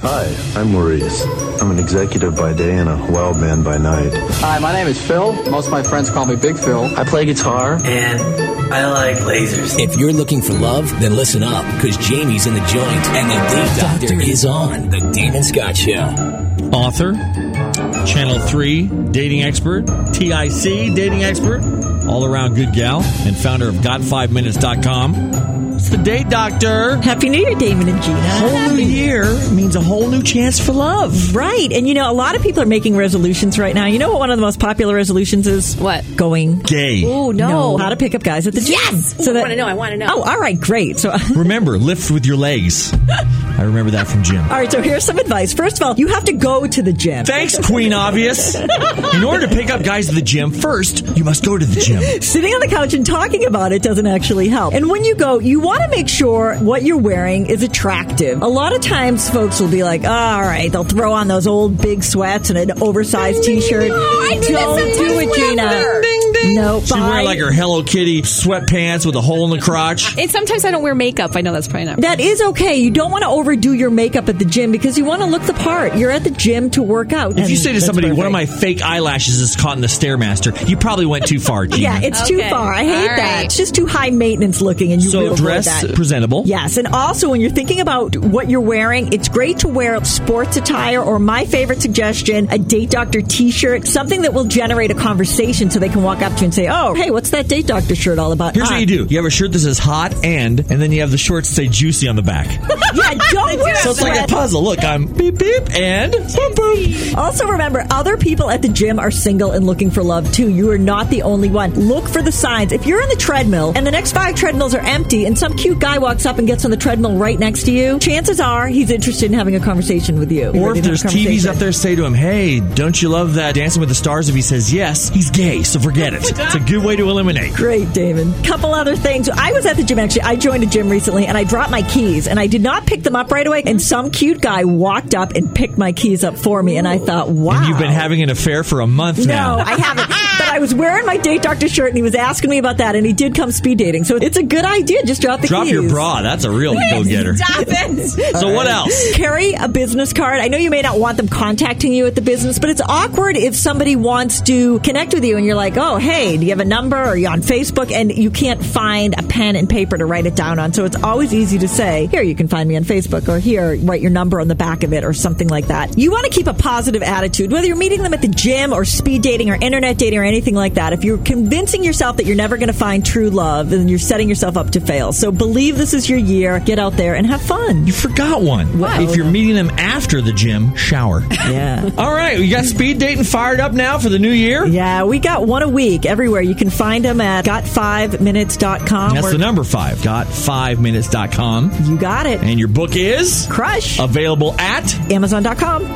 Hi, I'm Maurice. I'm an executive by day and a wild man by night. Hi, my name is Phil. Most of my friends call me Big Phil. I play guitar. And I like lasers. If you're looking for love, then listen up, because Jamie's in the joint and the Date Doctor, Doctor is on The Damon Scott Show. Author, Channel 3 dating expert, TIC dating expert, all around good gal, and founder of Got5Minutes.com. It's the Date Doctor. Happy New Year, Damon and Gina. Whole Happy. new year means a whole new chance for love. Right. And you know, a lot of people are making resolutions right now. You know what one of the most popular resolutions is? What? Going Gay. Oh, no. How to pick up guys at the gym. Yes! Ooh, I wanna know, I wanna know. Oh, all right, great. So Remember, lift with your legs. I remember that from Jim. All right, so here's some advice. First of all, you have to go to the gym. Thanks, Queen Obvious. In order to pick up guys at the gym, first, you must go to the gym. Sitting on the couch and talking about it doesn't actually help. And when you go, you want to make sure what you're wearing is attractive. A lot of times, folks will be like, "Ah, all right, they'll throw on those old big sweats and an oversized t shirt. Oh, I do that Don't do sometimes it, when I'm there. Ding, Gina. No, She buy- wear like her Hello Kitty sweatpants with a hole in the crotch. And sometimes I don't wear makeup. I know that's probably not. That is okay. You don't want to overdo your makeup at the gym because you want to look the part. You're at the gym to work out. If and you say to that's somebody, "One of perfect. my fake eyelashes is caught in the stairmaster," you probably went too far, Gina. Yeah, it's too Okay. far. I hate All that. right. It's just too high maintenance looking, and you will so avoid dress that. presentable. Yes, and also when you're thinking about what you're wearing, it's great to wear sports attire or my favorite suggestion, a date doctor t-shirt, something that will generate a conversation so they can walk up to you and say, "Oh, hey, what's that date doctor shirt all about?" Here's Ah. what you do: you have a shirt that says "hot" and, and then you have the shorts that say "juicy" on the back. Yeah, don't wear so it's like a sweat. puzzle. Look, I'm beep beep and boop boop. Also, remember, other people at the gym are single and looking for love too. You are not the only one. Look for the signs. If you're on the treadmill and the next five treadmills are empty and some cute guy walks up and gets on the treadmill right next to you, chances are he's interested in having a conversation with you. Or Ready if to have there's a TVs conversation. up there, say to him, "Hey, don't you love that Dancing with the Stars?" If he says yes, he's gay, so forget it. It's a good way to eliminate. Great, Damon. Couple other things. I was at the gym actually. I joined a gym recently and I dropped my keys and I did not pick them up right away. And some cute guy walked up and picked my keys up for me. And I thought, wow. And you've been having an affair for a month now. No, I haven't. But I was wearing my date doctor shirt, and he was asking me about that, and he did come speed dating. So it's a good idea. Just drop the Drop keys. your bra. That's a real go getter. Stop it. So what else? Carry a business card. I know you may not want them contacting you at the business, but it's awkward if somebody wants to connect with you and you're like, oh, hey, do you have a number? Are you on Facebook? And you can't find a pen and paper to write it down on. So it's always easy to say, here, you can find me on Facebook, or here, write your number on the back of it, or something like that. You want to keep a positive attitude, whether you're meeting them at the gym or speed dating or internet dating or anything like that. If you're convincing yourself that you're never going to find true love, then you're setting yourself up to fail. So believe this is your year. Get out there and have fun. You forgot one. If you're meeting them after the gym, shower. Yeah. All right, you got speed dating fired up now for the new year? Yeah, we got one a week everywhere. You can find them at got5minutes.com. That's or- the number five. Got fiveminutes.com. You got it. And your book is Crush. available at Amazon.com.